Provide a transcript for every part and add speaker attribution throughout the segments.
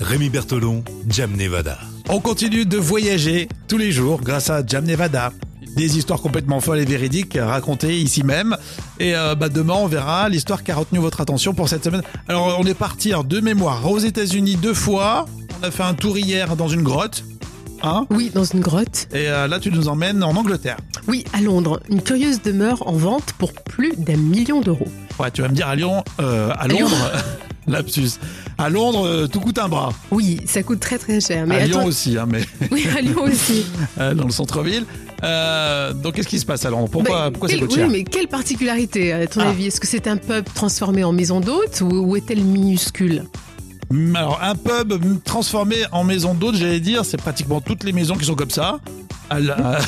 Speaker 1: Rémi Bertolon, Jam Nevada.
Speaker 2: On continue de voyager tous les jours grâce à Jam Nevada. Des histoires complètement folles et véridiques racontées ici même. Et euh, bah, demain, on verra l'histoire qui a retenu votre attention pour cette semaine. Alors, on est parti hein, de mémoire aux États-Unis deux fois. On a fait un tour hier dans une grotte. Hein
Speaker 3: Oui, dans une grotte.
Speaker 2: et euh, là, tu nous emmènes en Angleterre.
Speaker 3: Oui, à Londres. Une curieuse demeure en vente pour plus d'un million d'euros.
Speaker 2: Ouais, tu vas me dire à Lyon, euh, à
Speaker 3: Lyon.
Speaker 2: Londres, lapsus. À Londres, euh, tout coûte un bras.
Speaker 3: Oui, ça coûte très très cher. Mais
Speaker 2: à Lyon
Speaker 3: attends-
Speaker 2: aussi, hein, mais
Speaker 3: Oui, à Lyon aussi.
Speaker 2: euh, dans le centre-ville. Euh, donc, qu'est-ce qui se passe à Londres Pourquoi,
Speaker 3: Bah,
Speaker 2: pourquoi ça
Speaker 3: quelle-
Speaker 2: coûte
Speaker 3: oui,
Speaker 2: cher
Speaker 3: mais quelle particularité, à ton
Speaker 2: Ah.
Speaker 3: avis Est-ce que c'est un pub transformé en maison d'hôte ou, ou est-elle minuscule
Speaker 2: Hum, Alors, un pub hum, transformé en maison d'hôte, j'allais dire, c'est pratiquement toutes les maisons qui sont comme ça. Ah À la-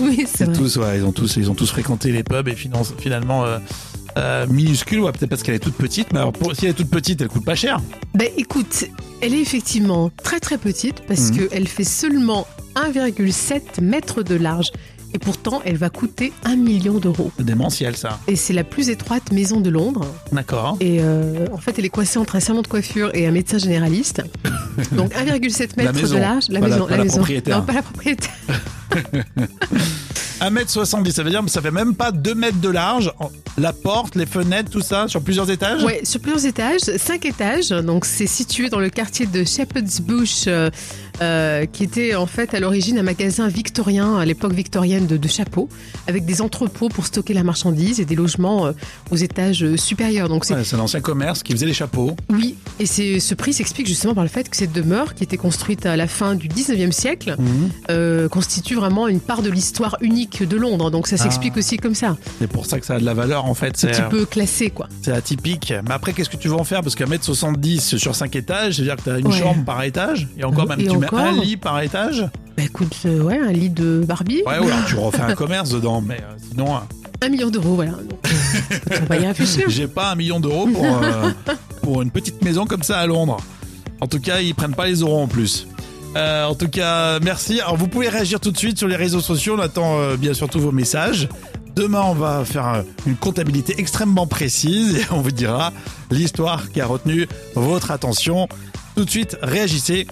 Speaker 3: Oui, c'est vrai.
Speaker 2: tous, ouais, ils ont tous, ils ont tous fréquenté les pubs et finance- finalement euh, euh, minuscule, ouais, peut-être parce qu'elle est toute petite. Mais alors, pour- si elle est toute petite, elle coûte pas cher.
Speaker 3: Bah, écoute, elle est effectivement très très petite parce
Speaker 2: Mhm.
Speaker 3: qu'elle fait seulement 1,7 mètres de large. Et pourtant, elle va coûter un million d'euros.
Speaker 2: C'est démentiel, ça.
Speaker 3: Et c'est la plus étroite maison de Londres.
Speaker 2: D'accord. hein.
Speaker 3: Et euh, en fait, elle est coincée entre un salon de coiffure et un médecin généraliste. Donc 1,7
Speaker 2: La
Speaker 3: mètre
Speaker 2: maison.
Speaker 3: de large. La
Speaker 2: Pas la-
Speaker 3: maison,
Speaker 2: pas la
Speaker 3: maison.
Speaker 2: propriétaire.
Speaker 3: Non, pas la propriétaire.
Speaker 2: 1m70, ça veut dire, mais ça fait même pas 2 mètres de large. En- La porte, les fenêtres, tout ça, sur plusieurs étages.
Speaker 3: Ouais, sur plusieurs étages, cinq étages. Donc c'est situé dans le quartier de Shepherd's Bush, euh, euh, qui était en fait à l'origine un magasin victorien, à l'époque victorienne de, de chapeaux, avec des entrepôts pour stocker la marchandise et des logements euh, aux étages euh, supérieurs. Donc c'est
Speaker 2: Ouais, c'est l'ancien commerce qui faisait les chapeaux.
Speaker 3: oui. Et c'est ce prix s'explique justement par le fait que cette demeure, qui était construite à la fin du 19e siècle, euh, constitue vraiment une part de l'histoire unique de Londres. Donc ça s'explique aussi comme ça,
Speaker 2: C'est pour ça que ça a de la valeur en fait.
Speaker 3: un petit
Speaker 2: C'est, euh,
Speaker 3: peu classé quoi.
Speaker 2: c'est atypique. Mais après, qu'est-ce que tu vas en faire Parce qu'à mettre 70 sur 5 étages, c'est-à-dire que tu as une
Speaker 3: Ouais.
Speaker 2: chambre par étage. Et encore, même
Speaker 3: Et
Speaker 2: tu
Speaker 3: encore.
Speaker 2: mets un lit par étage.
Speaker 3: Bah écoute, euh, ouais, un lit de Barbie.
Speaker 2: Ouais, ou alors tu refais un commerce dedans. Mais euh, sinon, euh,
Speaker 3: Un million d'euros, voilà. Donc, euh, on va y réfléchir.
Speaker 2: j'ai pas un million d'euros pour, euh, pour une petite maison comme ça à Londres. En tout cas, ils prennent pas les euros en plus. Euh, en tout cas, merci. Alors, vous pouvez réagir tout de suite sur les réseaux sociaux. On attend euh, bien sûr tous vos messages. Demain, on va faire euh, une comptabilité extrêmement précise et on vous dira l'histoire qui a retenu votre attention. Tout de suite, réagissez